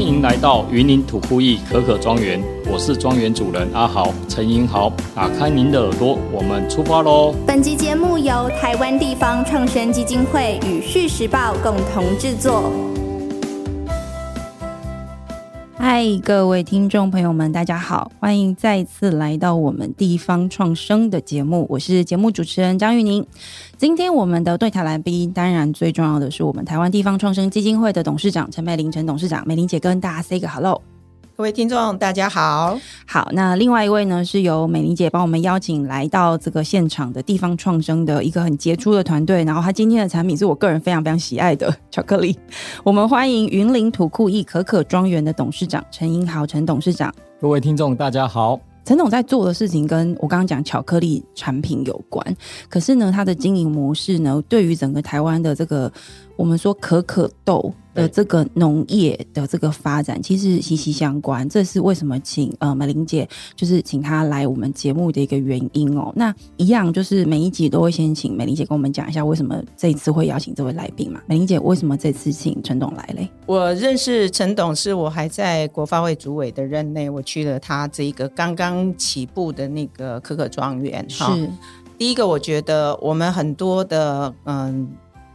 迎来到云林土库艺可可庄园，我是庄园主人阿豪陈英豪。打开您的耳朵，我们出发喽！本集节目由台湾地方创生基金会与《续时报》共同制作。嗨，各位听众朋友们，大家好，欢迎再次来到我们地方创生的节目，我是节目主持人张玉宁。今天我们的对谈来宾，当然最重要的是我们台湾地方创生基金会的董事长陈美玲陈董事长，美玲姐跟大家 say 个 hello。各位听众，大家好。好，那另外一位呢，是由美玲姐帮我们邀请来到这个现场的地方创生的一个很杰出的团队。然后，她今天的产品是我个人非常非常喜爱的巧克力。我们欢迎云林土库艺可可庄园的董事长陈英豪陈董事长。各位听众，大家好。陈总在做的事情跟我刚刚讲巧克力产品有关，可是呢，他的经营模式呢，对于整个台湾的这个我们说可可豆的这个农业的这个发展，其实息息相关。这是为什么请呃美玲姐就是请她来我们节目的一个原因哦。那一样就是每一集都会先请美玲姐跟我们讲一下为什么这一次会邀请这位来宾嘛？美玲姐为什么这次请陈董来嘞？我认识陈董是我还在国发会主委的任内，我去了他这一个刚刚起步的那个可可庄园。哈是第一个，我觉得我们很多的嗯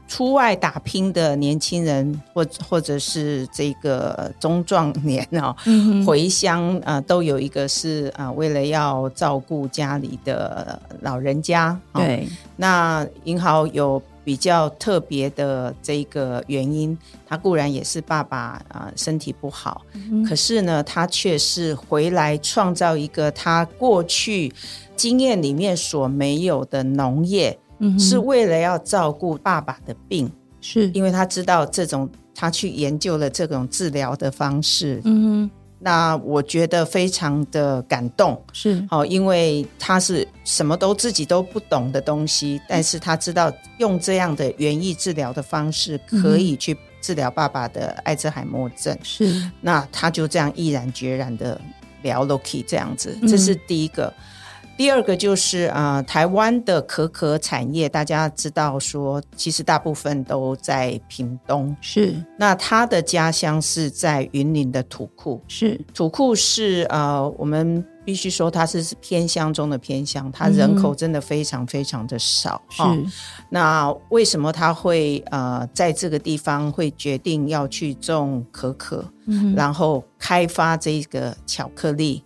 出外打拼的年轻人，或或者是这个中壮年哦，嗯回乡啊、呃都有一个是啊、呃为了要照顾家里的老人家。哦对那银豪有比较特别的这个原因，他固然也是爸爸啊、呃身体不好，嗯可是呢，他却是回来创造一个他过去经验里面所没有的农业，嗯哼是为了要照顾爸爸的病，是因为他知道这种。他去研究了这种治疗的方式，嗯那我觉得非常的感动。哼是好、哦因为他是什么都自己都不懂的东西，但是他知道用这样的园艺治疗的方式可以去治疗爸爸的艾滋海默症，是那他就这样毅然决然的聊 Loki 这样子，嗯这是第一个。第二个就是啊、呃台湾的可可产业，大家知道说，其实大部分都在屏东，是那他的家乡是在云林的土库，是土库是呃，我们必须说它是偏乡中的偏乡，它嗯人口真的非常非常的少是，哦那为什么他会呃在这个地方会决定要去种可可，嗯哼然后开发这个巧克力？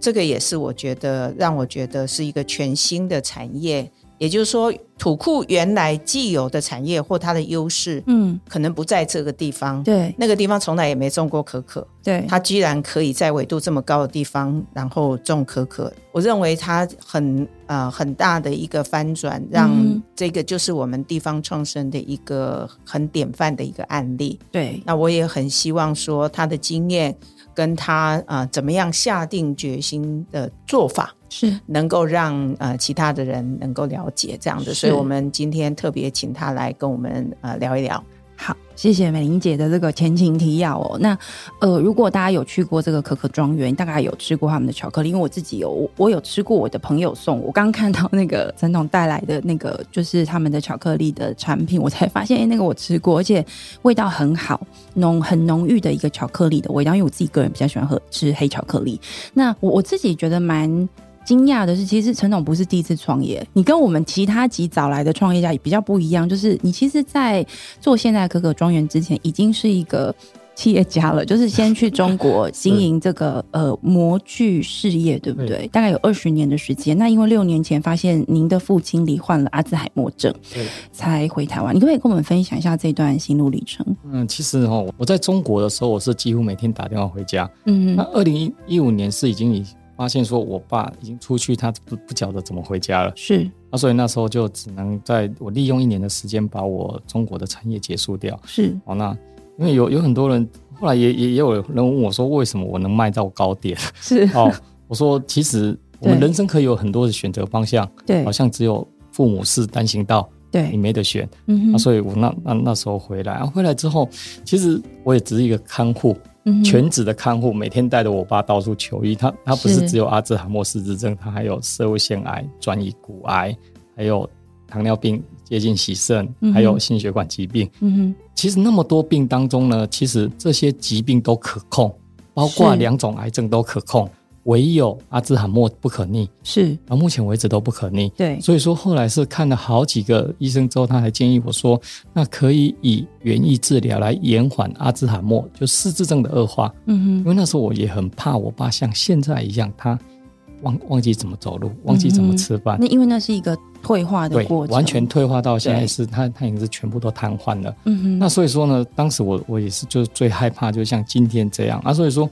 这个也是我觉得让我觉得是一个全新的产业。也就是说，土库原来既有的产业或它的优势，嗯，可能不在这个地方。对那个地方从来也没种过可可，对，他居然可以在纬度这么高的地方，然后种可可，我认为他很呃很大的一个翻转，让嗯这个就是我们地方创生的一个很典范的一个案例。对那我也很希望说他的经验跟他啊、呃怎么样下定决心的做法，是能够让呃其他的人能够了解这样的，是所以我们今天特别请他来跟我们呃聊一聊。好，谢谢美玲姐的这个前情提要哦。那呃，如果大家有去过这个可可庄园，大概有吃过他们的巧克力，因为我自己有，我我有吃过我的朋友送我。我刚看到那个陈总带来的那个，就是他们的巧克力的产品，我才发现，哎、那个我吃过，而且味道很好，浓很浓郁的一个巧克力的味道。因为我自己个人比较喜欢喝吃黑巧克力，那我我自己觉得蛮。惊讶的是，其实陈总不是第一次创业，你跟我们其他几找来的创业家也比较不一样，就是你其实，在做现代可可庄园之前，已经是一个企业家了， 就是先去中国经营这个呃模具事业，对不对？大概有二十年的时间。那因为六年前发现您的父亲罹患了阿兹海默症，对才回台湾。你可不可以跟我们分享一下这段心路历程？嗯，其实哈、哦，我在中国的时候，我是几乎每天打电话回家。嗯那，二零一五年是已经已发现说，我爸已经出去，他不不晓得怎么回家了。是那所以那时候就只能在我利用一年的时间，把我中国的产业结束掉。是，哦，那因为有有很多人，后来也也也有人问我说，为什么我能卖到高点？是 哦，我说其实我们对人生可以有很多的选择方向，对好像只有父母是单行道，你对，没得选。嗯那、哼，所以我那那那时候回来，啊、回来之后，其实我也只是一个看护，嗯哼全职的看护，每天带着我爸到处求医。他他不是是只有阿兹海默氏之症，他还有社会腺癌、转移骨癌，还有糖尿病接近洗肾嗯哼，还有心血管疾病。嗯哼，其实那么多病当中呢，其实这些疾病都可控，包括是两种癌症都可控，唯有阿兹海默不可逆，是到目前为止都不可逆。对，所以说后来是看了好几个医生之后，他还建议我说，那可以以园艺治疗来延缓阿兹海默，就失智症的恶化。嗯因为那时候我也很怕我爸像现在一样，他忘忘记怎么走路，忘记怎么吃饭嗯哼，，那因为那是一个退化的啊对，过程，完全，退化到现在对是他他已经是全部都瘫痪了。嗯哼，那所以说呢，当时我我也是就是最害怕，就像今天这样啊，所以说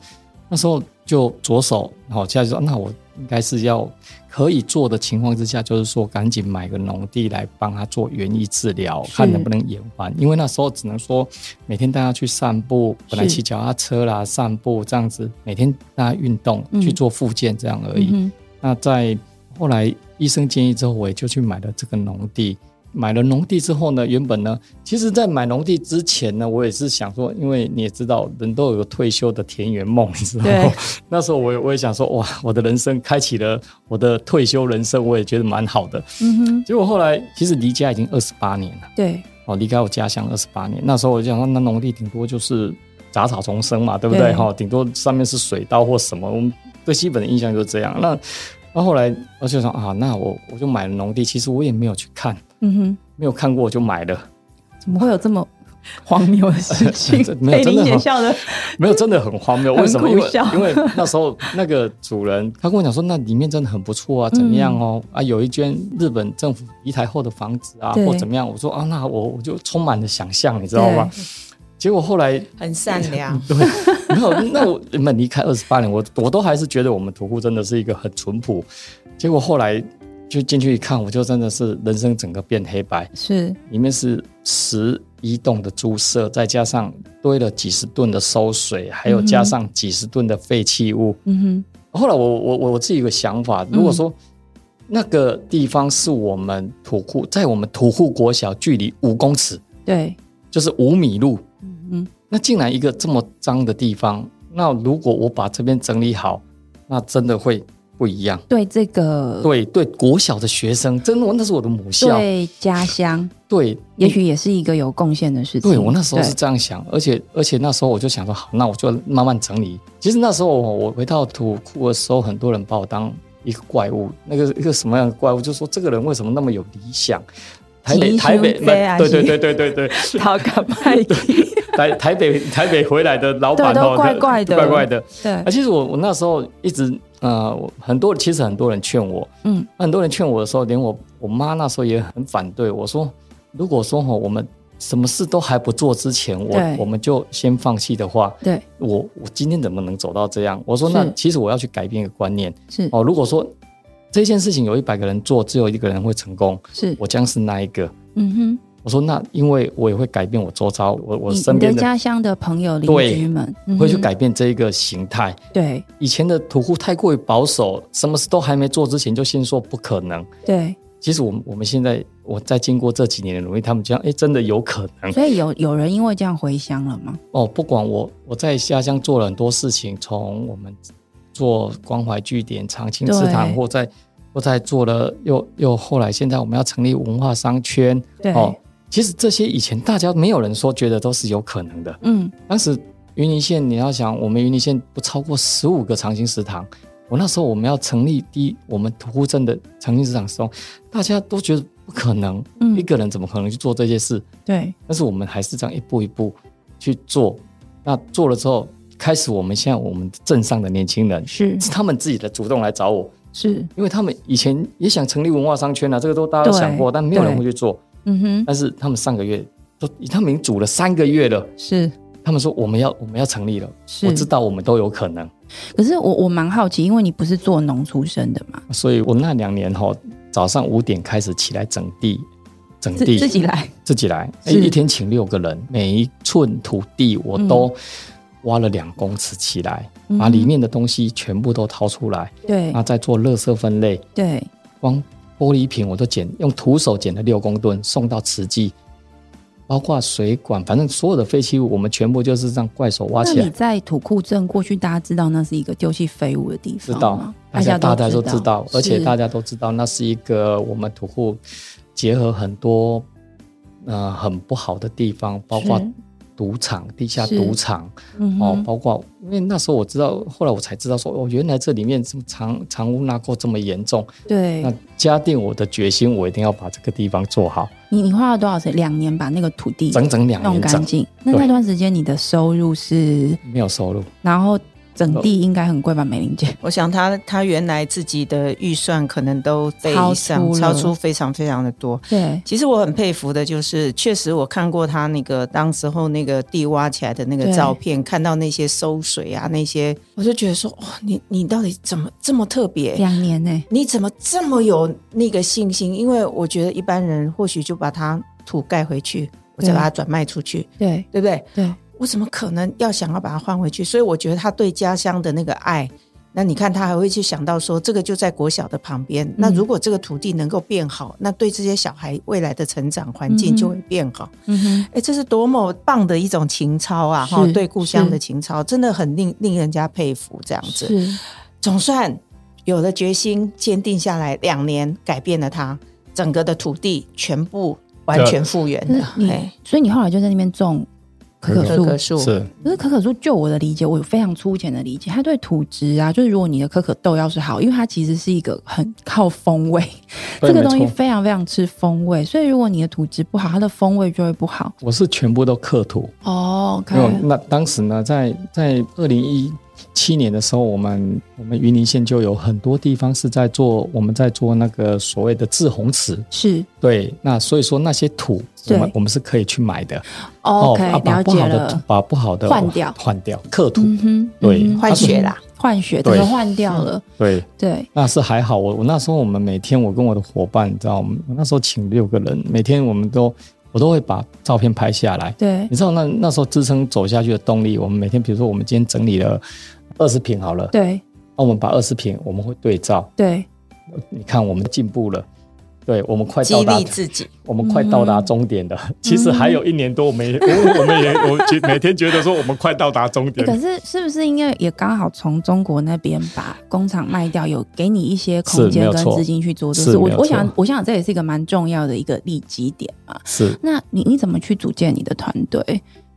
那时候就着手，好，现在就说那我应该是要可以做的情况之下，就是说赶紧买个农地来帮他做园艺治疗，是看能不能延缓，因为那时候只能说每天带他去散步，本来是骑脚踏车啦、散步这样子，每天带他运动、嗯去做复健这样而已。嗯哼那在后来医生建议之后，我也就去买了这个农地。买了农地之后呢，原本呢，其实，在买农地之前呢，我也是想说，因为你也知道，人都有个退休的田园梦，你知道对吗？ 那时候我也我也想说，哇，我的人生开启了我的退休人生，我也觉得蛮好的。嗯哼，结果后来，其实离家已经二十八年了。对，哦，离开我家乡二十八年，那时候我就想说，那农地顶多就是杂草丛生嘛，对不对？对哈、顶多上面是水稻或什么，我们最基本的印象就是这样。那那后来我就想啊，那我我就买了农地，其实我也没有去看，嗯哼，没有看过我就买了， 怎么会有这么荒谬的 事情这？没有被真林的姐很笑 的，没有真的很荒谬。为什么？很因苦为笑因为那时候那个主人他跟我讲说，那里面真的很不错啊，怎么样哦？啊，有一间日本政府移台后的房子啊，对或怎么样？我说啊，那我我就充满了想象，你知道吗？结果后来。很善良对，没有，那我你们离开二十八年，我我都还是觉得我们土库真的是一个很淳朴。结果后来就进去一看，我就真的是人生整个变黑白，是里面是十一栋的猪舍，再加上堆了几十吨的馊水，还有加上几十吨的废弃物。嗯后来我我我我自己有个想法，如果说。那个地方是我们土库，在我们土库国小距离五公尺，哼，对，就是五米路，嗯哼，那竟然一个这么脏的地方，那如果我把这边整理好，那真的会不一样。对这个对对，国小的学生，真的，我那是我的母校。对家乡，对，也许也是一个有贡献的事情。对我那时候是对这样想，而且而且那时候我就想说，好，那我就慢慢整理。其实那时候我我回到土库的时候，很多人把我当一个怪物，那个一个什么样的怪物，就说这个人为什么那么有理想？台北吉台北，凶贼啊对对对对对对，讨个派对台台北台北回来的老板对都哦，怪怪的怪怪的。对啊，，其实我我那时候一直呃，我很多其实很多人劝我，嗯，那很多人劝我的时候，连我我妈那时候也很反对我说，如果说吼我们什么事都还不做之前，对我我们就先放弃的话，对我我今天怎么能走到这样？我说那是其实我要去改变一个观念是哦，如果说这件事情有一百个人做，只有一个人会成功，是，我将是那一个。嗯哼，我说那因为我也会改变我周遭，我我你身你的边的家乡的朋友邻对居们嗯哼会去改变这一个形态。对以前的土库太过于保守，什么事都还没做之前就先说不可能。对，其实我们我们现在我在经过这几年的努力，他们讲，哎，真的有可 能所以有有人因为这样回乡了吗？哦。不管我我在家乡做了很多事情，从我们做关怀据点、长青祠堂，对或在或在做了又又后来，现在我们要成立文化商圈对，哦。其实这些以前大家没有人说觉得都是有可能的，嗯，当时云林县，你要想，我们云林县不超过十五个长兴食堂。我那时候我们要成立第一，我们土库镇的长兴食堂的时候，大家都觉得不可能，嗯一个人怎么可能去做这些事？对，但是我们还是这样一步一步去做。那做了之后，开始我们现在我们镇上的年轻人是是他们自己的主动来找我，是，因为他们以前也想成立文化商圈啊，这个都大家都想过，对但没有人会去做。嗯哼，但是他们上个月都，他们已经组了三个月了。是他们说我们要我们要成立了，是我知道我们都有可能，可是我我蛮好奇，因为你不是做农出身的嘛，所以我那两年哈、早上五点开始起来整地，整自地自己来，自己来，哎是一天请六个人，每一寸土地我都挖了两公尺起来，嗯把里面的东西全部都掏出来，对那再做垃圾分类，对，光玻璃瓶我都捡，用徒手捡了六公吨，送到慈济。包括水管，反正所有的废弃物，我们全部就是让怪手挖那起来你。在土库镇过去，大家知道那是一个丢弃废物的地知方吗，道，大家大家都知道，而且大家都知道，那是一个我们土库结合很多呃很不好的地方，包括是赌场、地下是赌场嗯哦哼，包括因为那时候我知道，后来我才知道说，哦，原来这里面这么藏藏污纳垢这么严重。对那，嘉定我的决心，我一定要把这个地方做好，你你花了多少钱？两年把那个土地整整两弄年干整净。那对那段时间你的收入是，没有收入，然后整哦地应该很贵吧，美玲姐？我想他他原来自己的预算可能都被超以上出了超出非常非常的多。对，其实我很佩服的，就是确实我看过他那个当时候那个地挖起来的那个对照片，看到那些收水啊那些，我就觉得说，哇、你你到底怎么这么特别？两年呢、你怎么这么有那个信心？因为我觉得一般人或许就把它土盖回去，我再把它转卖出去，对对不对？对，我怎么可能要想要把它换回去？所以我觉得他对家乡的那个爱，那你看他还会去想到说，这个就在国小的旁嗯边，那如果这个土地能够变好，那对这些小孩未来的成长环境就会变好。嗯哼，哎、这是多么棒的一种情操啊！是哈，对故乡是的情操，真的很令令人家佩服。这样子，是总算有了决心，坚定下来，两年改变了他整个的土地，全部完全复原那了。你哎，所以你后来就在那边种可可可树，棵树是可是可可树，就我的理解，我有非常粗浅的理解，它对土质啊，就是如果你的可可豆要是好，因为它其实是一个很靠风味，对 这个没东西错非常非常吃风味，所以如果你的土质不好，它的风味就会不好。我是全部都刻土。哦因为我那当时呢，在在二零一七年的时候，我们我们云林县就有很多地方是在做我们在做那个所谓的制红池，是对，那所以说那些土，我对们我们是可以去买的。哦 OK，、啊把了不解好的了土。把不好的换掉换掉刻土，嗯哼，对嗯哼换血啦，换血，整对个换掉了，对，对，那是还好。我我那时候我们每天我跟我的伙伴，你知道，我们我那时候请六个人，每天我们都我都会把照片拍下来。对，你知道那那时候支撑走下去的动力，我们每天比如说我们今天整理了二十瓶好了，对，那我们把二十瓶我们会对照，对，你看我们进步了，对我们快激到达励自己，我们快到嗯达终点了。其实还有一年多，我们也我我们也我觉每天觉得说我们快到达终欸点了可是是不是应该也刚好从中国那边把工厂卖掉，有给你一些空是没间有跟错资金去做这是事？我没有我想错，我想这也是一个蛮重要的一个利基点嘛。是那你你怎么去组建你的团队？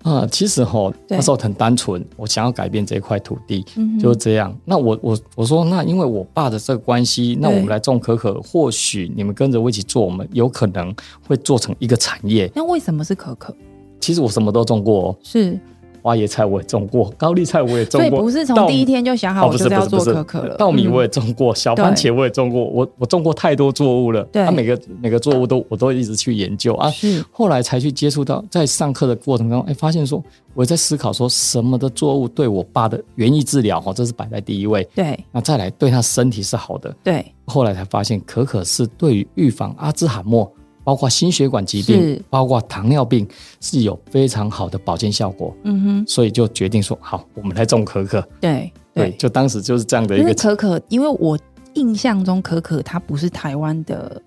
啊、其实哈，对那时候很单纯，我想要改变这一块土地，嗯哼就是这样。那我我我说，那因为我爸的这个关系，那我们对来种可可，或许你们跟着我一起做，我们有可能会做成一个产业。那为什么是可可？其实我什么都种过、哦，是，花椰菜我也种过，高丽菜我也种所以过，不是从稻第一天就想好哦我不就是是要不是做不是可可了。稻米嗯我也种过，小对番茄我也种过，我我种过太多作物了。对啊每个每个作物都我都一直去研究啊。是后来才去接触到，在上课的过程中，哎，发现说我在思考说什么的作物对我爸的园艺治疗哈，这是摆在第一位。对那再来对他身体是好的。对后来才发现，可可是对于预防阿兹海默，包括心血管疾病是，包括糖尿病是有非常好的保健效果。嗯哼，所以就决定说，好，我们来种可可。对对，。就当时就是这样的一因个为可可，因为我印象中可可它不是台湾的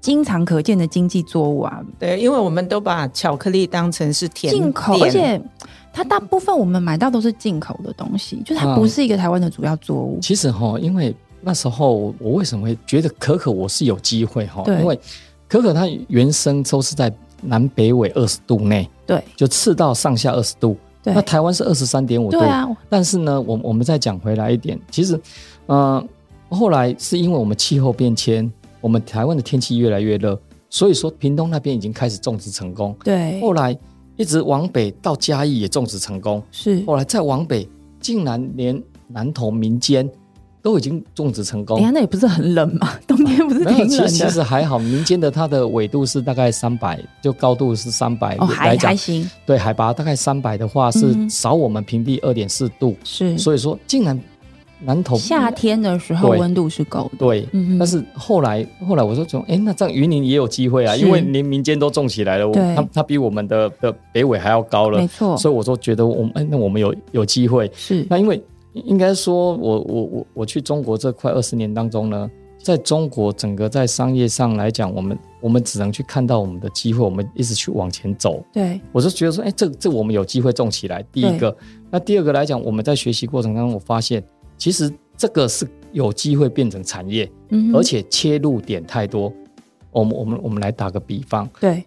经常可见的经济作物啊，对，因为我们都把巧克力当成是甜进口，点而且它大部分我们买到都是进口的东西，就是嗯它不是一个台湾的主要作物。其实哈，因为那时候我为什么会觉得可可我是有机会哈？对因为可可它原生都是在南北纬二十度内，对就赤道上下二十度。对那台湾是二十三点五度。对啊，但是呢，我我们再讲回来一点，其实，嗯、后来是因为我们气候变迁，我们台湾的天气越来越热，所以说屏东那边已经开始种植成功。对后来一直往北到嘉义也种植成功，是。后来再往北，竟然连南投民间都已经种植成等一下，功。那也不是很冷嘛， 冬天哎不是没挺有，其冷实其的实还好，民间的它的纬度是大概三百，就高度是三百、哦，来还讲还，行，对海拔大概三百的话嗯是哼少我们平地二点四度，是所以说竟然南投夏天的时候对温度是够的。对，嗯哼但是后来后来我说说，哎，那这样云林也有机会啊，是因为连民间都种起来了，我对它它比我们的的北纬还要高了没，错，所以我就觉得我们哎，那我们有有机会，是那因为应该说我，我我我去中国这快二十年当中呢，在中国整个在商业上来讲，我们我们只能去看到我们的机会，我们一直去往前走。对我就觉得说，哎，这这我们有机会种起来。第一个，那第二个来讲，我们在学习过程当中，我发现其实这个是有机会变成产业，嗯哼而且切入点太多。我们我们我们来打个比方，对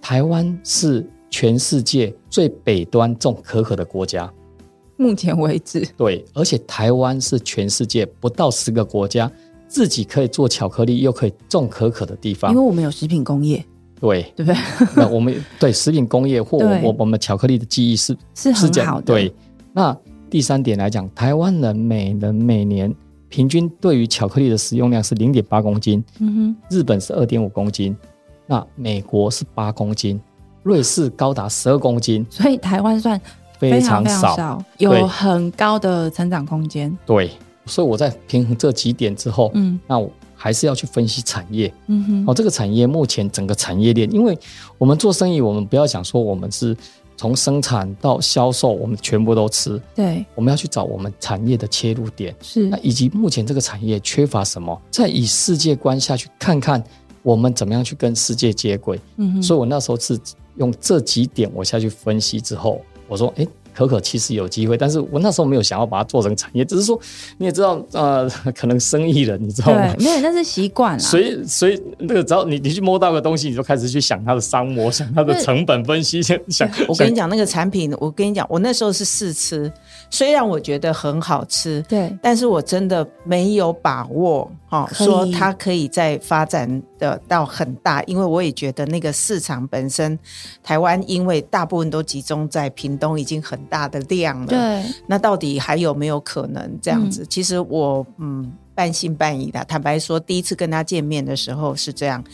台湾是全世界最北端种可可的国家，目前为止，对，而且台湾是全世界不到十个国家自己可以做巧克力又可以种可可的地因为方，我们有食品工业，对。对不对？ 那我们对食品工业或我对我我们巧克力的技艺是是很这样好的。对，那第三点来讲，台湾人每人每年平均对于巧克力的使用量是零点八公斤，嗯日本是二点五公斤，那美国是八公斤，瑞士高达十二公斤，哼，所以台湾算非常常非常少。有对很高的成长空间。对，所以我在平衡这几点之后，嗯那我还是要去分析产业。嗯哼，哦，这个产业目前整个产业链，因为我们做生意，我们不要想说我们是从生产到销售，我们全部都吃，对，我们要去找我们产业的切入点。是那以及目前这个产业缺乏什么，再以世界观下去看看我们怎么样去跟世界接轨。嗯哼，所以我那时候是用这几点我下去分析之后，我说，诶，可可其实有机会，但是我那时候没有想要把它做成产业，只是说你也知道，呃， 可能生意人，你知道吗对，？没有，那是习惯啦。所以，所以那个只要你你去摸到个东西，你就开始去想它的商模，想它的成本分析，想想我跟你讲那个产品，我跟你讲，我那时候是试吃，虽然我觉得很好吃，对，但是我真的没有把握哈、可以说它可以再发展的到很大，因为我也觉得那个市场本身，台湾因为大部分都集中在屏东，已经很大的量了。对，那到底还有没有可能这样子？其实我嗯半信半疑的，坦白说，第一次跟他见面的时候是这样，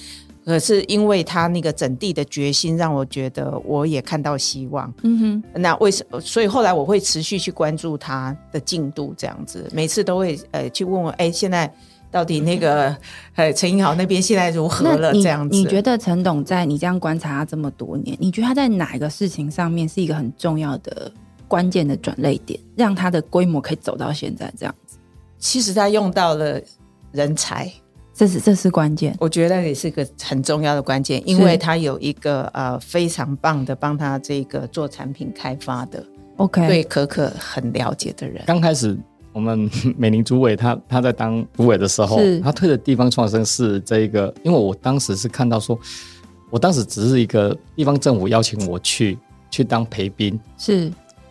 可是因为他那个整地的决心，让我觉得我也看到希望。嗯哼，那为什么？所以后来我会持续去关注他的进度，这样子，每次都会呃去问我，哎，现在到底那个 呃陈英豪那边现在如何那了？你这样子，你觉得陈董在你这样观察他这么多年，你觉得他在哪一个事情上面是一个很重要的关键的转类点，让他的规模可以走到现在这样子？其实他用到了人才。这是这是关键。我觉得也是个很重要的关键，因为他有一个呃非常棒的帮他这个做产品开发的， OK，对可可很了解的人。刚开始我们 美玲主委他他在当主委的时候是，他推的地方创生是这一个，因为我当时是看到说，我当时只是一个地方政府邀请我去去当陪宾。是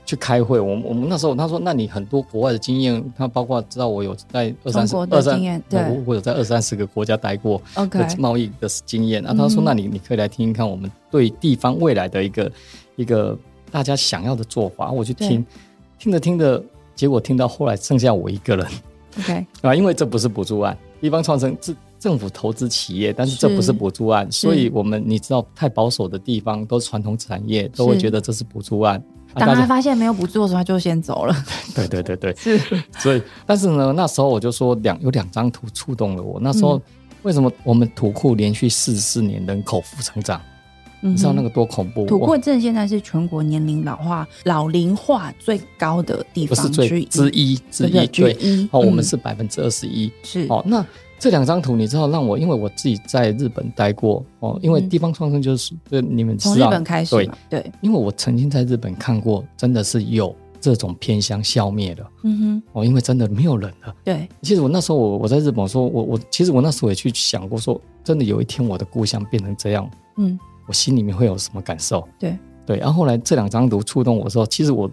去开会，我们我们那时候他说，那你很多国外的经验，他包括知道我有在二三十中国的二三经验，对我我有在二三十个国家待过， OK，的贸易的经验。那、啊他说嗯：“哼那你你可以来听听看我们对地方未来的一个一个大家想要的做法。”啊我去听，听着听着，结果听到后来剩下我一个人 OK，啊，因为这不是补助案，地方创生是政府投资企业，但是是这不是补助案，是所以我们你知道太保守的地方都是传统产业都会是觉得这是补助案。啊当大他家发现没有补助的时候，他就先走了。 对对对对， 是，所以，但是呢，那时候我就说两有两张图触动了我。那时候、嗯为什么我们土库连续四十四年人口负成长？你你知道那个多恐怖？嗯土我库镇现在是全国年龄老化、老龄化最高的地不是方最一，之一之对不一，对之对，一。哦，我们嗯是百分之二十一。是哦，那这两张图你知道让我，因为我自己在日本待过哦，因为嗯地方创生就是对你们从知日道本开始对嘛，，对，因为我曾经在日本看过，真的是有这种偏乡消灭的嗯哼，哦，因为真的没有人了。对，其实我那时候我我在日本说，我我其实我那时候也去想过说，真的有一天我的故乡变成这样，嗯，我心里面会有什么感受？对对，然后后来这两张图触动我的时候，其实我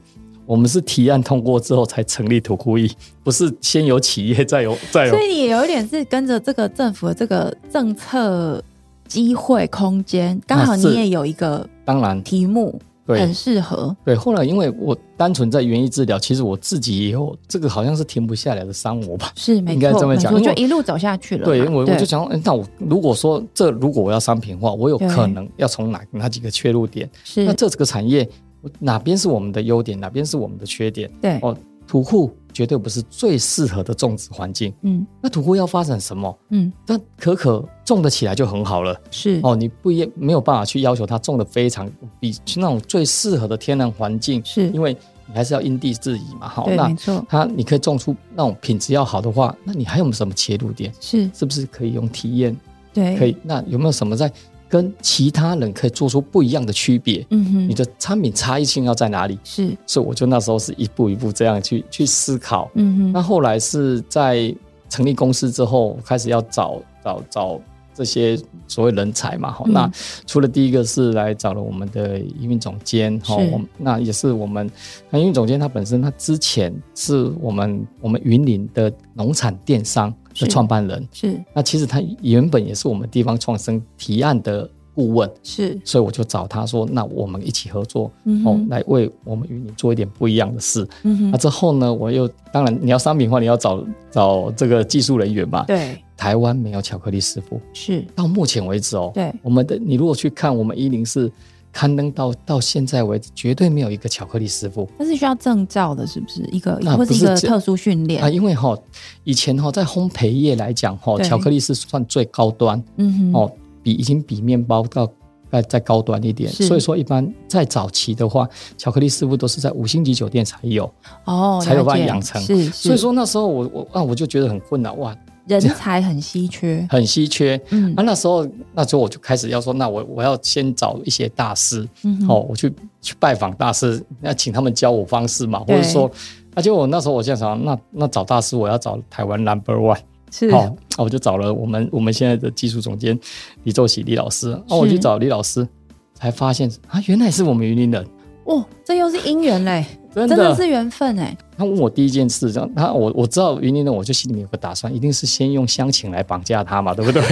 我们是提案通过之后才成立土库艺，不是先有企业再 有再有所以你有一点是跟着这个政府的这个政策机会空间，刚好啊你是也有一个当然题目，对很适合，对，后来因为我单纯在园艺治疗，其实我自己也有这个好像是停不下来的伤我吧。是没应该错，这么没讲错，因就为一路走下去了嘛。对，我我就想说，诶那我如果说这如果我要商品化，我有对可能要从哪哪几个切入点？是那这个产业我哪边是我们的优点，哪边是我们的缺点？对，哦，土库绝对不是最适合的种植环境。嗯那土库要发展什么？嗯，那可可种得起来就很好了。是哦，你不也没有办法去要求它种得非常比去那种最适合的天然环境，是因，为你还是要因地制宜嘛。好，对，那没错，它你可以种出那种品质要好的话，那你还有什么切入点？是是不是可以用体验？对，可以？那有没有什么在跟其他人可以做出不一样的区别？嗯哼，你的产品差异性要在哪里？是，所以我就那时候是一步一步这样去去思考。嗯那哼，后来是在成立公司之后，开始要找找找这些所谓人才嘛，嗯哈、那除了第一个是来找了我们的营运总监，哈、是我们那也是我们那营运总监他本身他之前是我们我们云林的农产电商是的创办人，是那其实他原本也是我们地方创生提案的顾问，是，所以我就找他说，那我们一起合作，嗯哦哼，来为我们与你做一点不一样的事。嗯那哼，之后呢，我又当然你要商品化，你要找找这个技术人员嘛。对，台湾没有巧克力师傅，是，到目前为止哦，对，我们的你如果去看我们一零四刊登到到现在为止，绝对没有一个巧克力师傅那是需要证照的，是不是？一个那或啊不一是个这特殊训练啊，？因为哈、以前哈、在烘焙业来讲哈、对巧克力是算最高端。嗯哼，哦，比已经比面包到再再高端一点。是所以说，一般在早期的话，巧克力师傅都是在五星级酒店才有。哦，才有了办法解养成是，所以是说那时候我我啊我就觉得很困难，哇，人才很稀缺。很稀缺。嗯啊，那时候那时候我就开始要说，那我我要先找一些大师，嗯哼哦，我去去拜访大师，那请他们教我方式嘛，或对者说。而且我那时候我现在想，那那找大师，我要找台湾 number one，是好、哦，啊我就找了我们我们现在的技术总监李奏喜李老师，哦，我是去找李老师，才发现啊，原来是我们云林人，哦，这又是姻缘嘞，真真的的是缘分哎。他问我第一件事，这样他我我知道云林人，我就心里面有个打算，一定是先用乡情来绑架他嘛，对不 对？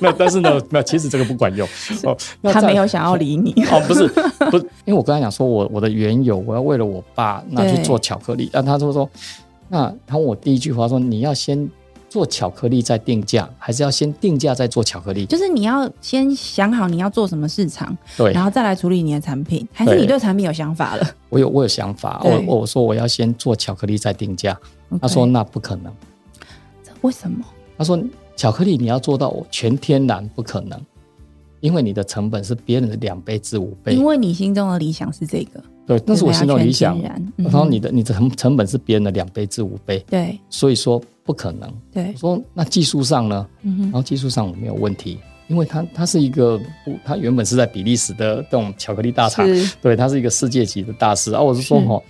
那但是呢，那其实这个不管用哦，那他再没有想要理 你，哦，不是，不是，因为我跟他讲说我我的缘由，我要为了我爸那对去做巧克力，但他就说，那他问我第一句话说，你要先做巧克力再定价，还是要先定价再做巧克力？就是你要先想好你要做什么市场，对然，后再来处理你的产品，还是对你对产品有想法了？我有我有想法，对我我我说我要先做巧克力再定价，他说 OK，那不可能，这为什么？他说巧克力你要做到全天然不可能，因为你的成本是别人的两倍至五倍因，为你心中的理想是这个，对，那是我对心中的理完想。全天然嗯然后你的你的成成本是别人的两倍至五倍，对所以说不可能。对我，说那技术上呢？嗯然哼，后技术上我没有问题，因为它它是一个不，它原本是在比利时的这种巧克力大厂，是对，它是一个世界级的大师。啊，我是说是哈，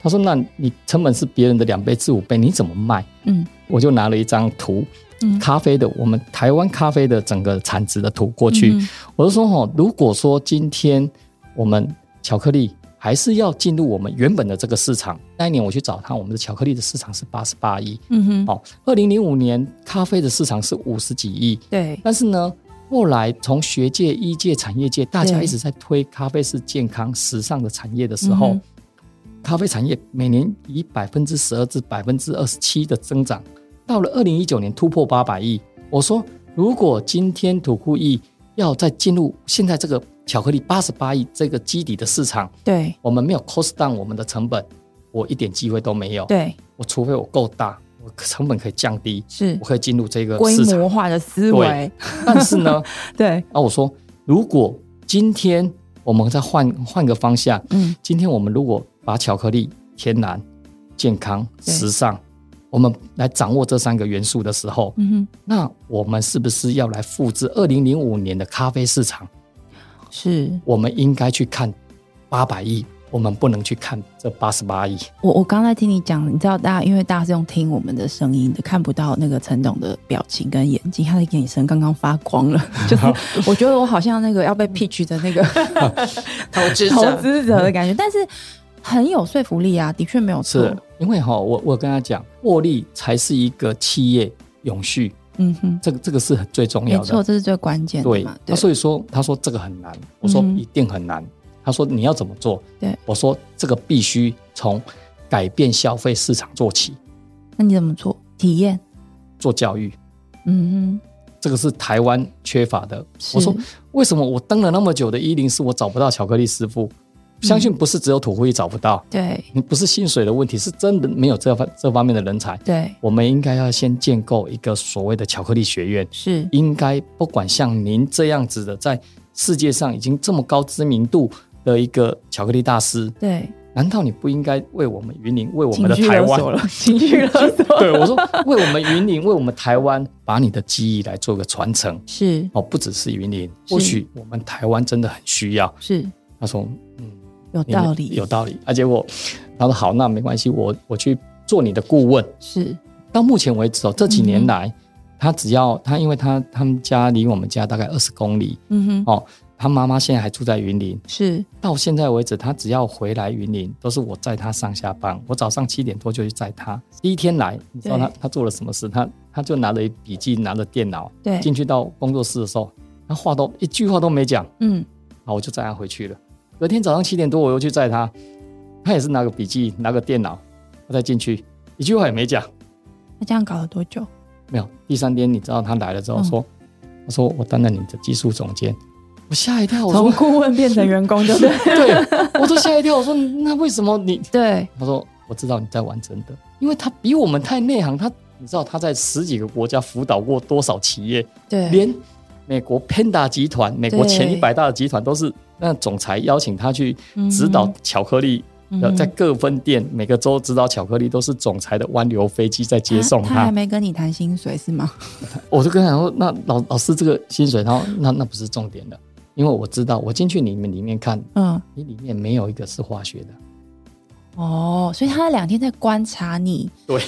他说那你成本是别人的两倍至五倍，你怎么卖？嗯我就拿了一张图，嗯咖啡的我们台湾咖啡的整个产值的图过去，嗯哼我就说哈，如果说今天我们巧克力。还是要进入我们原本的这个市场。那一年我去找他，我们的巧克力的市场是八十八亿，嗯哼，哦，二零零五年咖啡的市场是五十几亿，对但是呢，后来从学界、医界、产业界，大家对一直在推咖啡是健康、时尚的产业的时候，嗯咖啡产业每年以百分之十二至百分之二十七的增长，到了二零一九年突破八百亿。我说，如果今天土库亿要再进入现在这个巧克力八十八亿这个基底的市场，对我们没有 cost down 我们的成本，我一点机会都没有。对，我除非我够大，我成本可以降低，是我可以进入这个规市场。 模化的思维，但是呢， 对，啊，我说如果今天我们再换换个方向，嗯今天我们如果把巧克力、天然、健康、对时尚，我们来掌握这三个元素的时候，嗯哼。那我们是不是要来复制二零零五年的咖啡市场？是我们应该去看八百亿，我们不能去看这八十八亿。我我刚才听你讲，你知道大家因为大家是用听我们的声音的，看不到那个陈董的表情跟眼睛，他的眼神刚刚发 光了，就是我觉得我好像那个要被 pitch 的那个投资投啊者资者的感觉，但是很有说服力啊，的确没有错。是哦因为哈、我我跟他讲，获利才是一个企业永续，嗯哼，这个这个是很最重没要的错，。这是最关键的对嘛，。他所以说他说这个很难，我说嗯哼一定很难。他说你要怎么做？对，我说这个必须从改变消费市场做起，那你怎么做？体验，做教育，嗯这个是台湾缺乏的。是我说为什么我登了那么久的一零四，我找不到巧克力师傅？相嗯信不是只有土灰找不到，哼，对你不是薪水的问题，是真的没有这方这方面的人才。对我们应该要先建构一个所谓的巧克力学院，是，应该不管像您这样子的，在世界上已经这么高知名度的一个巧克力大师，对，难道你不应该为我们云林、为我情们的绪台勒湾 索？了，情绪勒索对，我说，为我们云林、为我们台湾，把你的技艺来做个传承是哦，不只是云林，是或许我们台湾真的很需要。是他说，嗯，有你们道理，有道理。啊，结果他说好，那没关系，我我去做你的顾问。是嗯到目前为止哦，这几年来，他只要他，因为他他们家离我们家大概二十公里嗯哼，哦，他妈妈现在还住在云林，是到现在为止，他只要回来云林，都是我载他上下班。我早上七点多就去载他。第一天来，你知道他对他做了什么事？他他就拿了一笔记，拿着电脑对，进去到工作室的时候，他话都一句话都没讲，嗯，好，我就载他回去了。隔天早上七点多，我又去载他，他也是拿个笔记，拿个电脑，他再进去，一句话也没讲。那这样搞了多久？没有。第三天，你知道他来了之后嗯说，他说我担任你的技术总监，我吓一跳，我从说顾问变成员工，对不 对？对，我都吓一跳，我说那为什么你？对，他说我知道你在玩真的，因为他比我们太内行，他你知道他在十几个国家辅导过多少企业，对，连美国 Panda 集团，美国前一对百大的集团都是那总裁邀请他去指导嗯巧克力。嗯呃哼在各分店每个州指导巧克力都是总裁的湾流飞机在接送他，他还没跟你谈薪水是吗？ 我就跟他说：“那老老师这个薪水，然后那那不是重点的，因为我知道我进去里面里面看，嗯，你里面没有一个是化学的，哦，所以他两天在观察你对，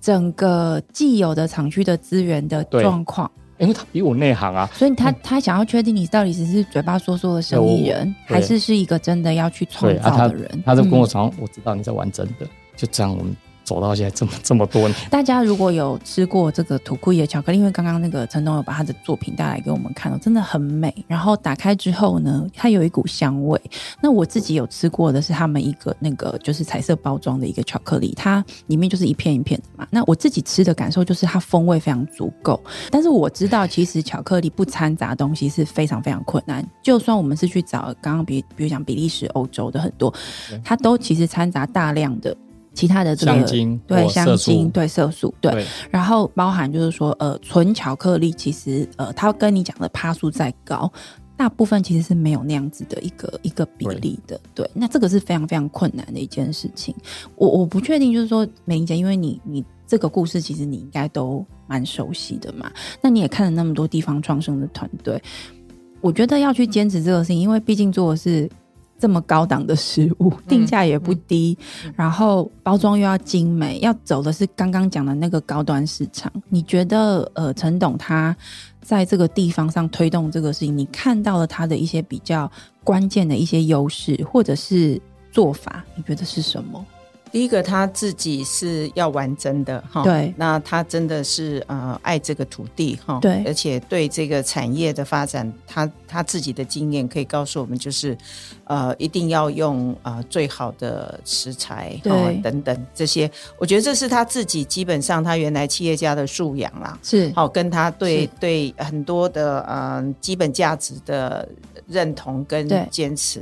整个既有的厂区的资源的对状况，因为他比我内行啊。所以他、他想要确定你到底只是嘴巴说说的生意人，对还是是一个真的要去创对啊，造他的人。他就跟我嗯讲，我知道你在玩真的，就这样我们走到现在这么这么多年，大家如果有吃过这个土库伊的巧克力，因为刚刚那个陈董有把他的作品带来给我们看了，真的很美。然后打开之后呢，它有一股香味。那我自己有吃过的是他们一个那个就是彩色包装的一个巧克力，它里面就是一片一片的嘛。那我自己吃的感受就是它风味非常足够，但是我知道其实巧克力不掺杂东西是非常非常困难。就算我们是去找刚刚比比如讲比利时、欧洲的很多，它都其实掺杂大量的。其他的这个香精对或香色精素对色素对，对然后包含就是说，呃，纯巧克力其实呃，它跟你讲的趴数再高，大部分其实是没有那样子的一个一个比例的。对，那这个是非常非常困难的一件事情。我我不确定，就是说美玲姐，因为你你这个故事其实你应该都蛮熟悉的嘛，那你也看了那么多地方创生的团队，我觉得要去坚持这个事情，因为毕竟做的是这么高档的食物，定价也不低，然后包装又要精美，要走的是刚刚讲的那个高端市场。你觉得呃，陈董他在这个地方上推动这个事情，你看到了他的一些比较关键的一些优势，或者是做法，你觉得是什么？第一个他自己是要玩真的哈，对那他真的是呃爱这个土地哈，对而且对这个产业的发展，他他自己的经验可以告诉我们，就是呃一定要用呃最好的食材哈对等等这些，我觉得这是他自己基本上他原来企业家的素养啦，是好、跟他对是对很多的嗯、呃基本价值的认同跟对坚持。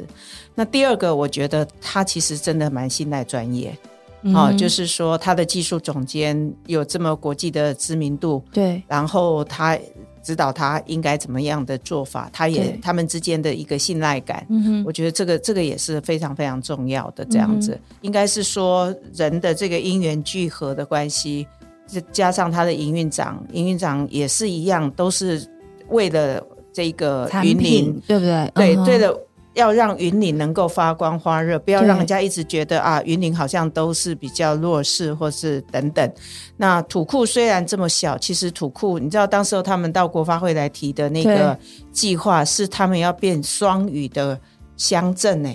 那第二个，我觉得他其实真的蛮信赖专业，嗯好、哼啊就是说他的技术总监有这么国际的知名度，对然后他指导他应该怎么样的做法，他也对他们之间的一个信赖感。嗯哼，我觉得这个这个也是非常非常重要的，这样子、应该是说人的这个因缘聚合的关系，再加上他的营运长，营运长也是一样，都是为了这个产云林品，对不对？对嗯哼对的，要让云林能够发光发热，不要对让人家一直觉得啊，云林好像都是比较弱势或是等等。那土库虽然这么小，其实土库你知道，当时候他们到国发会来提的那个计划是他们要变双语的乡镇呢、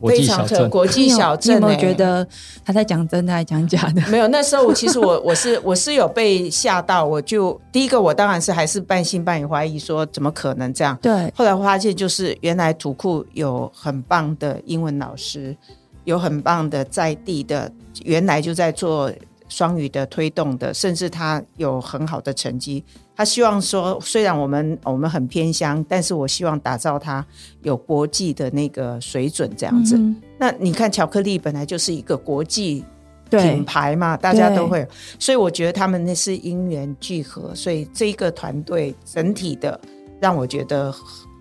国非际常小特镇，国际小镇、欸，你有没有觉得他在讲真的还是讲假的？没有，那时候我其实我我是我是有被吓到，我就第一个我当然是还是半信半疑，怀疑说怎么可能这样。对，后来发现，就是原来土库有很棒的英文老师，有很棒的在地的，原来就在做双语的推动的，甚至他有很好的成绩。他希望说，虽然我们我们很偏乡，但是我希望打造它有国际的那个水准这样子。嗯哼那你看，巧克力本来就是一个国际品对，牌嘛，大家对都会有，所以我觉得他们那是因缘聚合，所以这一个团队整体的让我觉得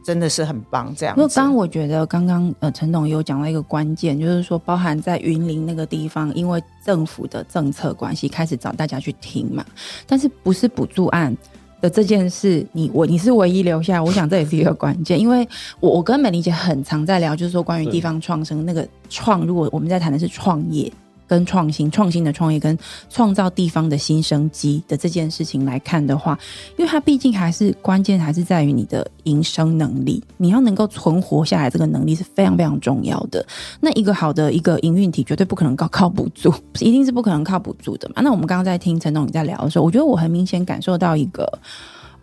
真的是很棒。这样因为子，刚刚我觉得刚刚呃陈董有讲到一个关键，就是说包含在云林那个地方，因为政府的政策关系开始找大家去听嘛，但是不是补助案。的这件事，你我你是唯一留下来，我想这也是一个关键，因为我我跟美玲姐很常在聊，就是说关于对地方创生那个创，如果我们在谈的是创业，跟创新、创新的创业跟创造地方的新生机的这件事情来看的话，因为它毕竟还是关键，还是在于你的营生能力，你要能够存活下来，这个能力是非常非常重要的。那一个好的一个营运体绝对不可能靠靠补助， 一定是不可能靠补助的嘛。那我们刚刚在听陈总你在聊的时候，我觉得我很明显感受到一个，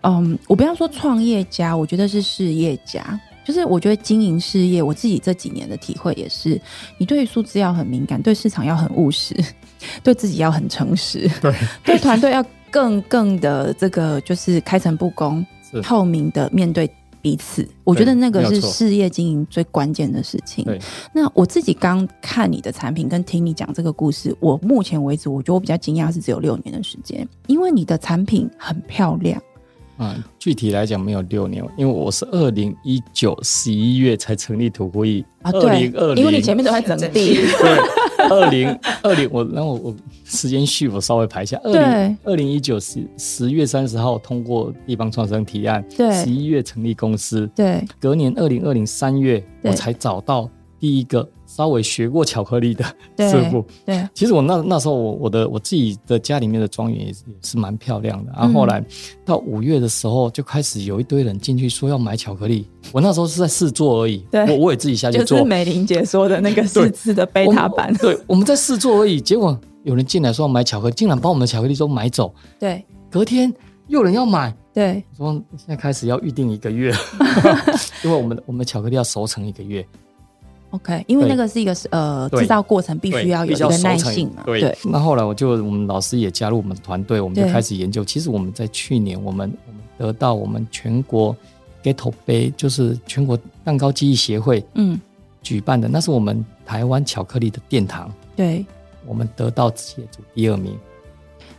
嗯，我不要说创业家，我觉得是事业家。就是我觉得经营事业，我自己这几年的体会也是，你对于数字要很敏感，对市场要很务实， 对自己要很诚实，对 对团队要更更的这个就是开诚布公是、透明的面对彼此。我觉得那个没是有错事业经营最关键的事情。对，那我自己刚看你的产品跟听你讲这个故事，我目前为止，我觉得我比较惊讶是只有六年的时间，因为你的产品很漂亮。嗯，具体来讲没有六年，因为我是二零一九十一月才成立土库艺，啊，二对零二，零，因为你前面都在整地，对，二零二零，我然后我时间序我稍微排一下，二对零二零一九十十月三十号通过地方创生提案，对十一月成立公司，对，隔年二零二零三月对我才找到第一个稍微学过巧克力的对师傅。对，其实我那那时候我我的我自己的家里面的庄园也是也是蛮漂亮的，然啊嗯后后来到五月的时候就开始有一堆人进去说要买巧克力，我那时候是在试做而已，对我我也自己下去就做，是美玲姐说的那个四次的贝我塔们版， 对，我们在试做而已，结果有人进来说要买巧克力，竟然把我们的巧克力都买走。对隔天又有人要买，对我说现在开始要预定一个 月，因为我们的我们的巧克力要熟成一个月， ，OK，因为对那个是一个呃对制造过程必须对要有必一须要个耐熟成性嘛，对，对那后来我就我们老师也加入我们团队，我们就对开始研究。其实我们在去年，我们我们得到我们全国 Ghetto 杯，就是全国蛋糕技艺协会嗯举办的，那是我们台湾巧克力的殿堂，对，我们得到企业组第二名。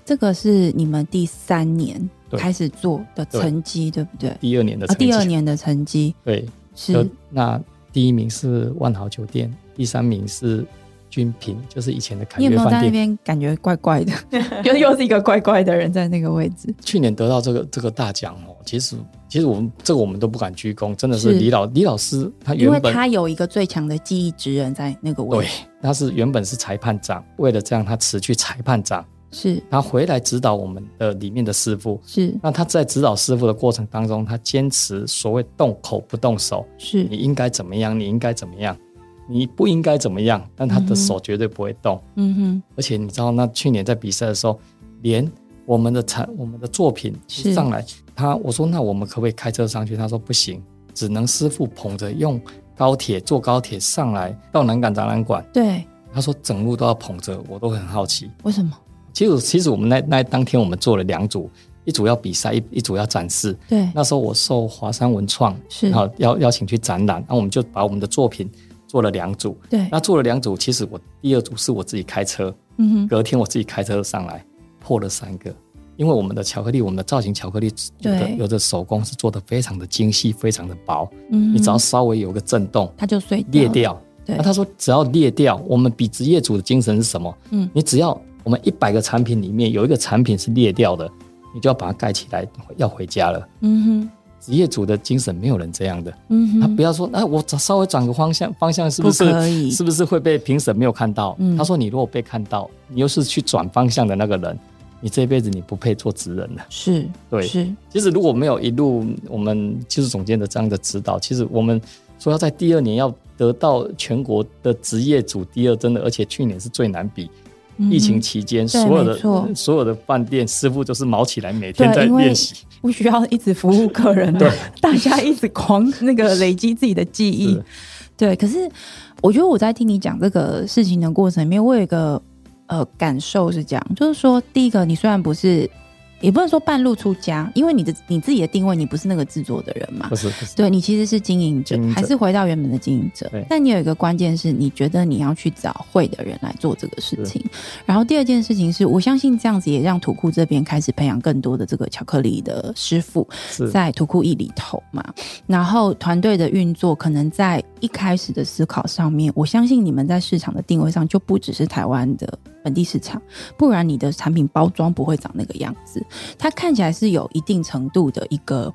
这个是你们第三年对开始做的对成绩，对不对？第二年的啊，成绩、第二年的成绩对，是就那第一名是万豪酒店，第三名是君品，就是以前的凯你有悦没有在饭那店。边感觉怪怪的？ 又又是一个怪怪的人在那个位置。去年得到这个这个大奖哦，其实其实我们这个我们都不敢鞠躬，真的是是李老李老师他因为原本他有一个最强的记忆职人在那个位对置，他是原本是裁判长，为了这样他辞去裁判长，是他回来指导我们的里面的师傅。是那他在指导师傅的过程当中，他坚持所谓动口不动手，你是，应该怎么样，你应该怎么样，你不应该怎么样，但他嗯的哼手绝对不会动。嗯哼，而且你知道，那去年在比赛的时候，连我们的产我们的作品是一上来，他我说那我们可不可以开车上去？他说不行，只能师傅捧着用高铁坐高铁上来到南港展览馆。对，他说整路都要捧着，我都很好奇。为什么？其实其实我们那那当天我们做了两组，一组要比赛，一一组要展示。对，那时候我受华山文创是好邀邀请去展览，那我们就把我们的作品做了两组。对，那做了两组，其实我第二组是我自己开车，嗯哼，隔天我自己开车上来，破了三个。因为我们的巧克力，我们的造型巧克力，有的对有的手工是做的非常的精细，非常的薄，嗯哼，你只要稍微有个震动，他就碎裂，掉。对那他说只要裂掉，我们比职业组的精神是什么？嗯你只要我们一百个产品里面有一个产品是裂掉的，你就要把它盖起来，要回家了。嗯职业组的精神没有人这样的，哼，嗯他哼，不要说，哎、我稍微转个方向，方向是是不可以是不是会被评审没有看到？嗯他说你如果被看到，你又是去转方向的那个人，你这辈子你不配做职人了。是，对是，其实如果没有一路我们技术总监的这样的指导，其实我们说要在第二年要得到全国的职业组第二，真的，而且去年是最难比。嗯哼疫情期间，对所有没错的所有的饭店师傅就是毛起来，每天在对，因为练习。不需要一直服务客人，对，大家一直狂那个累积自己的记忆是，对。可是我觉得我在听你讲这个事情的过程里面，我有一个呃感受是这样，就是说，第一个，你虽然不是，也不能说半路出家，因为你的你自己的定位，你不是那个制作的人嘛不，是不是，对你其实是经营者经，营者还是回到原本的经营者对。但你有一个关键是，你觉得你要去找会的人来做这个事情。然后第二件事情是，我相信这样子也让土库这边开始培养更多的这个巧克力的师傅是在土库艺里头嘛。然后团队的运作，可能在一开始的思考上面，我相信你们在市场的定位上就不只是台湾的本地市场，不然你的产品包装不会长那个样子。它看起来是有一定程度的一个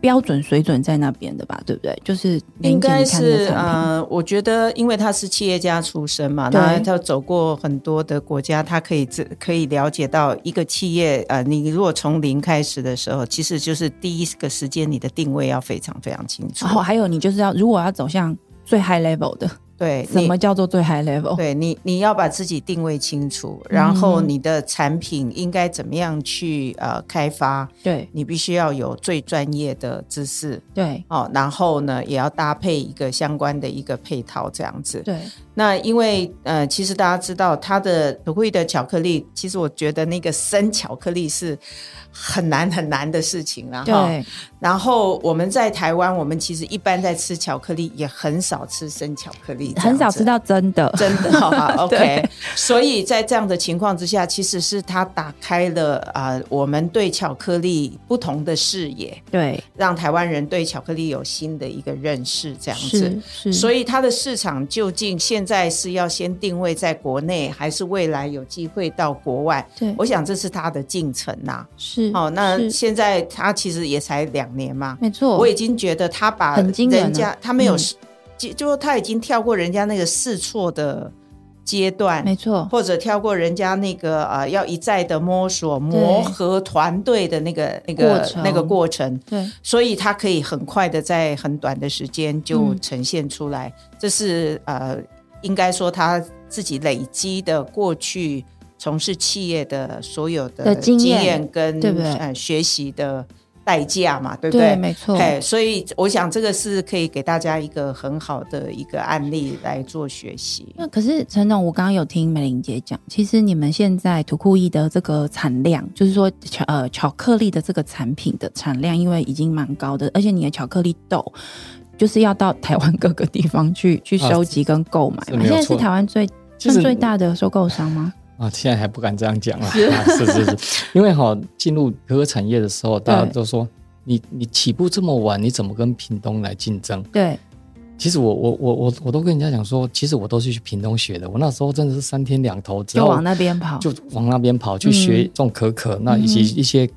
标准水准在那边的吧，对不对？就是应该是啊，呃，我觉得，因为他是企业家出身嘛，对那他走过很多的国家，他可以自可以了解到一个企业，呃，你如果从零开始的时候，其实就是第一个时间你的定位要非常非常清楚。然后哦还有你就是要如果要走向最 high level 的，对，什你么叫做最 high level？对你，你要把自己定位清楚，然后哦嗯你的产品应该怎么样去呃开发，对你必须要有最专业的知识对哦，然后呢，也要搭配一个相关的一个配套这样子。对，那因为呃，其实大家知道它的土贵的巧克力，其实我觉得那个生巧克力是很难很难的事情了哈。对，然后我们在台湾，我们其实一般在吃巧克力，也很少吃生巧克力，很少吃。到真的， 真的哈、o 对 k 所以在这样的情况之下，其实是它打开了啊、呃我们对巧克力不同的视野，对，让台湾人对巧克力有新的一个认识，这样子。是是，所以以它的市场究竟现在是要先定位在国内，还是未来有机会到国外？对我想这是它的进程呐、是好、那嗯是现在它其实也才两年嘛，没错，我已经觉得它把哦很惊人啊人家它没有嗯试，就就它已经跳过人家那个试错的阶段。没错，或者跳过人家那个呃，要一再的摸索、磨合团队的那个、那过个程、那个过程，对所以它可以很快的在很短的时间就嗯呈现出来，这是呃，应该说他自己累积的过去从事企业的所有的的经验跟对不对呃学习的代价嘛，对不对，对？没错，哎，所以我想这个是可以给大家一个很好的一个案例来做学习。那可是陈总，我刚刚有听美玲姐讲，其实你们现在图库伊的这个产量，就是说巧呃巧克力的这个产品的产量，因为已经蛮高的，而且你的巧克力豆就是要到台湾各个地方去去啊收集跟购买是嘛。没现有在是错台湾最其实算最大的收购商吗？啊，现在还不敢这样讲啊，啊是是 是，因为哈、进入可可产业的时候，大家对都说你你起步这么晚，你怎么跟屏东来竞争？对，其实我我我我我都跟人家讲说，其实我都是去屏东学的，我那时候真的是三天两头，只就要往那边跑。嗯就往那边跑去学种可可，那以及一些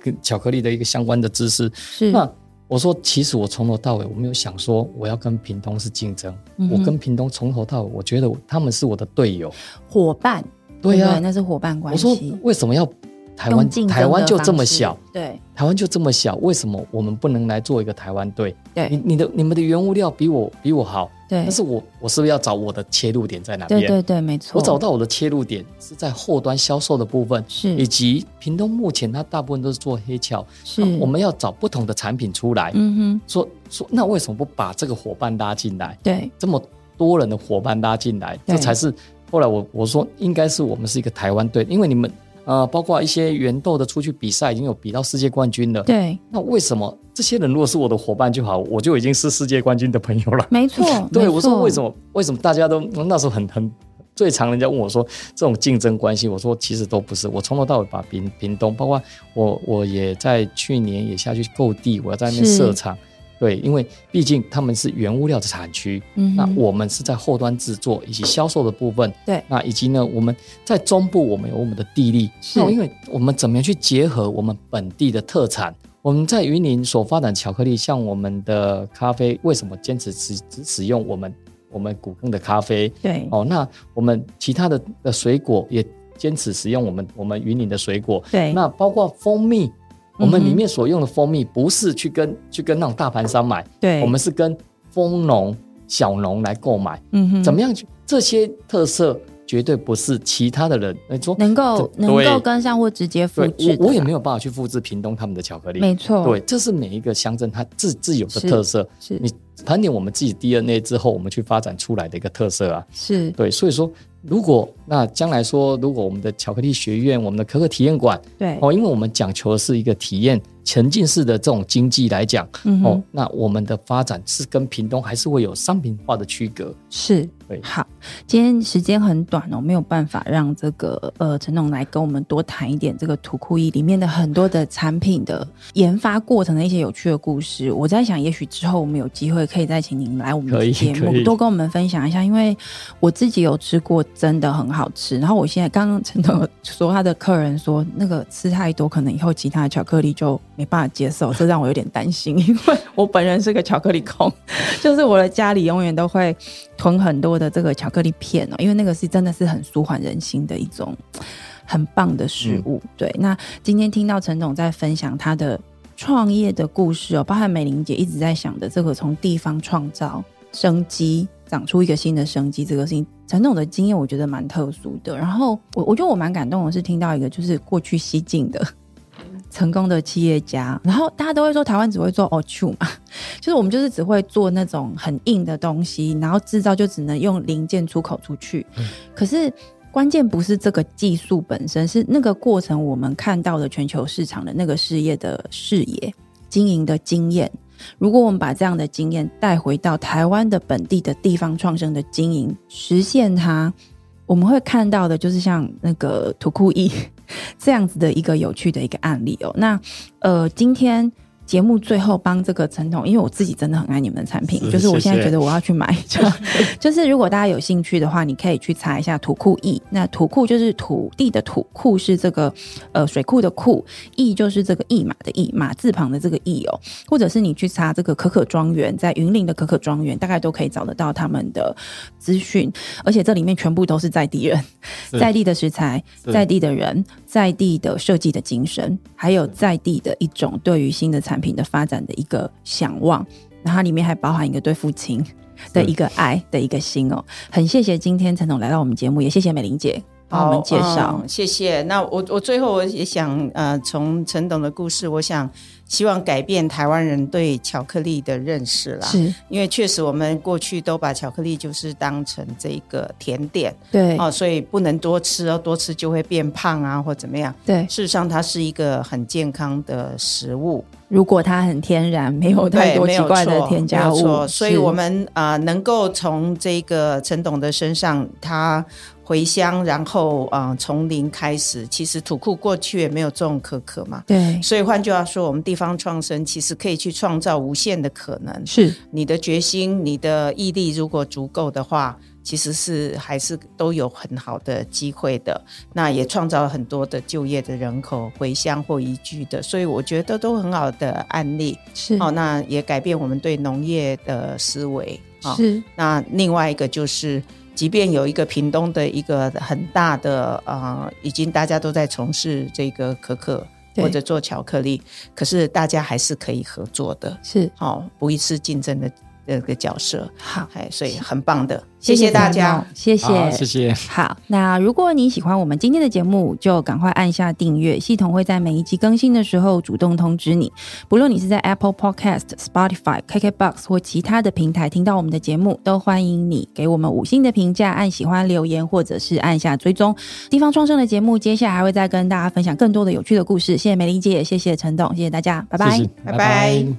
跟巧克力的一个相关的知识。是那我说，其实我从头到尾我没有想说我要跟屏东是竞争，嗯哼我跟屏东从头到尾，我觉得我他们是我的队友。伙伴，对啊不呀、对啊那是伙伴关我说系。为什么要台用湾？竞争台湾的就方这么式小，，对台湾就这么小，为什么我们不能来做一个台湾队？你对你的你们的原物料比我比我好，对但，是我我是不是要找我的切入点在哪边？对对对，没错，我找到我的切入点是在后端销售的部分，以是及屏东目前它大部分都是做黑巧，是那啊我们要找不同的产品出来，嗯哼，说说那为什么不把这个伙伴拉进来？对这么多人的伙伴拉进来，对这才是后来我我说应该是我们是一个台湾队，因为你们呃包括一些原豆的出去比赛已经有比到世界冠军了，对，那为什么这些人如果是我的伙伴就好，我就已经是世界冠军的朋友了？，没错 对，没我说错为什么？为什么大家都那时候很很最常人家问我说这种竞争关系，我说其实都不是。我从头到尾把屏屏东，包括我我也在去年也下去购地，我要在那边是设厂。对，因为毕竟他们是原物料的产区，嗯那哼我们是在后端制作以及销售的部分。对那以及呢，我们在中部我们有我们的地利，是那因为我们怎么样去结合我们本地的特产？我们在云林所发展巧克力，像我们的咖啡，为什么坚持只只使用我们我们古坑的咖啡？对哦，那我们其他的的水果也坚持使用我们我们云林的水果。对，那包括蜂蜜，我嗯们哼里面所用的蜂蜜不是去跟去跟那种大盘商买，嗯对我们是跟蜂农、小农来购买。嗯哼怎么样去？这些特色绝对不是其他的人来说能够这能够对跟上或直接复制对，的我我也啦没有办法去复制屏东他们的巧克力。没错，对，这是每一个乡镇它自自有的是特色。是你盘点我们自己 DNA 之后，我们去发展出来的一个特色啊。是对，所以说，如果那将来说，如果我们的巧克力学院、我们的可可体验馆，对哦，因为我们讲求的是一个体验沉浸式的这种经济来讲，嗯哦哼，那我们的发展是跟屏东还是会有商品化的区隔。是对好。今天时间很短哦，没有办法让这个呃陈总来跟我们多谈一点这个图库伊里面的很多的产品的研发过程的一些有趣的故事。我在想，也许之后我们有机会可以再请您来我们可的以节可目以多跟我们分享一下，因为我自己有吃过，真的很好吃。然后我现在刚刚陈总有说他的客人说那个吃太多，可能以后其他的巧克力就没办法接受，这让我有点担心，因为我本人是个巧克力控， 就是我的家里永远都会囤很多的这个巧克力片哦，因为那个是真的是很舒缓人心的一种很棒的食物。对，那今天听到陈总在分享他的创业的故事哦，包含美玲姐一直在想的这个从地方创造生机。长出一个新的生机，这个事情，陈总的经验我觉得蛮特殊的。然后我我觉得我蛮感动的是听到一个就是过去西进的 成功的企业家，然后大家都会说台湾只会做 o c h u 嘛，就是我们就是只会做那种很硬的东西，然后制造就只能用零件出口出去。可是关键不是这个技术本身，是那个过程我们看到的全球市场的那个事业的视野、经营的经验。如果我们把这样的经验带回到台湾的本地的地方创生的经营，实现它，我们会看到的就是像那个土库伊 这样子的一个有趣的一个案例哦。那呃，今天节目最后帮这个陈总，因为我自己真的很爱你们的产品，是就是谢我谢现在觉得我要去买，就 就是如果大家有兴趣的话，你可以去查一下土库伊。那土库就是土地的土，库是这个呃水库的库，驿就是这个驿马的驿，马字旁的这个驿哦。或者是你去查这个可可庄园，在云林的可可庄园，大概都可以找得到他们的资讯，而且这里面全部都是在地人，是在地的食材，是在地的人，在地的设计的精神，还有在地的一种对于新的产品的发展的一个向往，然后它里面还包含一个对父亲。的一个爱的一个心哦，很谢谢今天陈总来到我们节目，也谢谢美玲姐帮我们介绍嗯。谢谢。那我我最后我也想，呃，从陈董的故事，我想希望改变台湾人对巧克力的认识啦。是因为确实我们过去都把巧克力就是当成这一个甜点对哦，所以不能多吃哦，多吃就会变胖啊或怎么样。对，事实上，它是一个很健康的食物，如果它很天然，没有太对，多没奇有怪的错，添加没有物，错所以是我们啊、呃能够从这个陈董的身上，他回乡，然后啊、呃从零开始。其实土库过去也没有种可可嘛，对所以换句话说，我们地方创生其实可以去创造无限的可能。是你的决心、你的毅力如果足够的话，其实是还是都有很好的机会的。那也创造了很多的就业的人口回乡或移居的，所以我觉得都很好的案例。是哦，那也改变我们对农业的思维。哦，是那另外一个就是，即便有一个屏东的一个很大的呃，已经大家都在从事这个可可对或者做巧克力，可是大家还是可以合作的。是好、不一次竞争的那个角色，好，哎，所以很棒的，谢谢大家。，谢好谢啊谢谢。好，那如果你喜欢我们今天的节目，就赶快按下订阅，系统会在每一集更新的时候主动通知你。不论你是在 Apple Podcast、Spotify、KKBox 或其他的平台听到我们的节目，都欢迎你给我们五星的评价，按喜欢留言，或者是按下追踪。地方创生的节目，接下来还会再跟大家分享更多的有趣的故事。谢谢梅玲姐，谢谢陈董，谢谢大家，拜拜。谢谢拜拜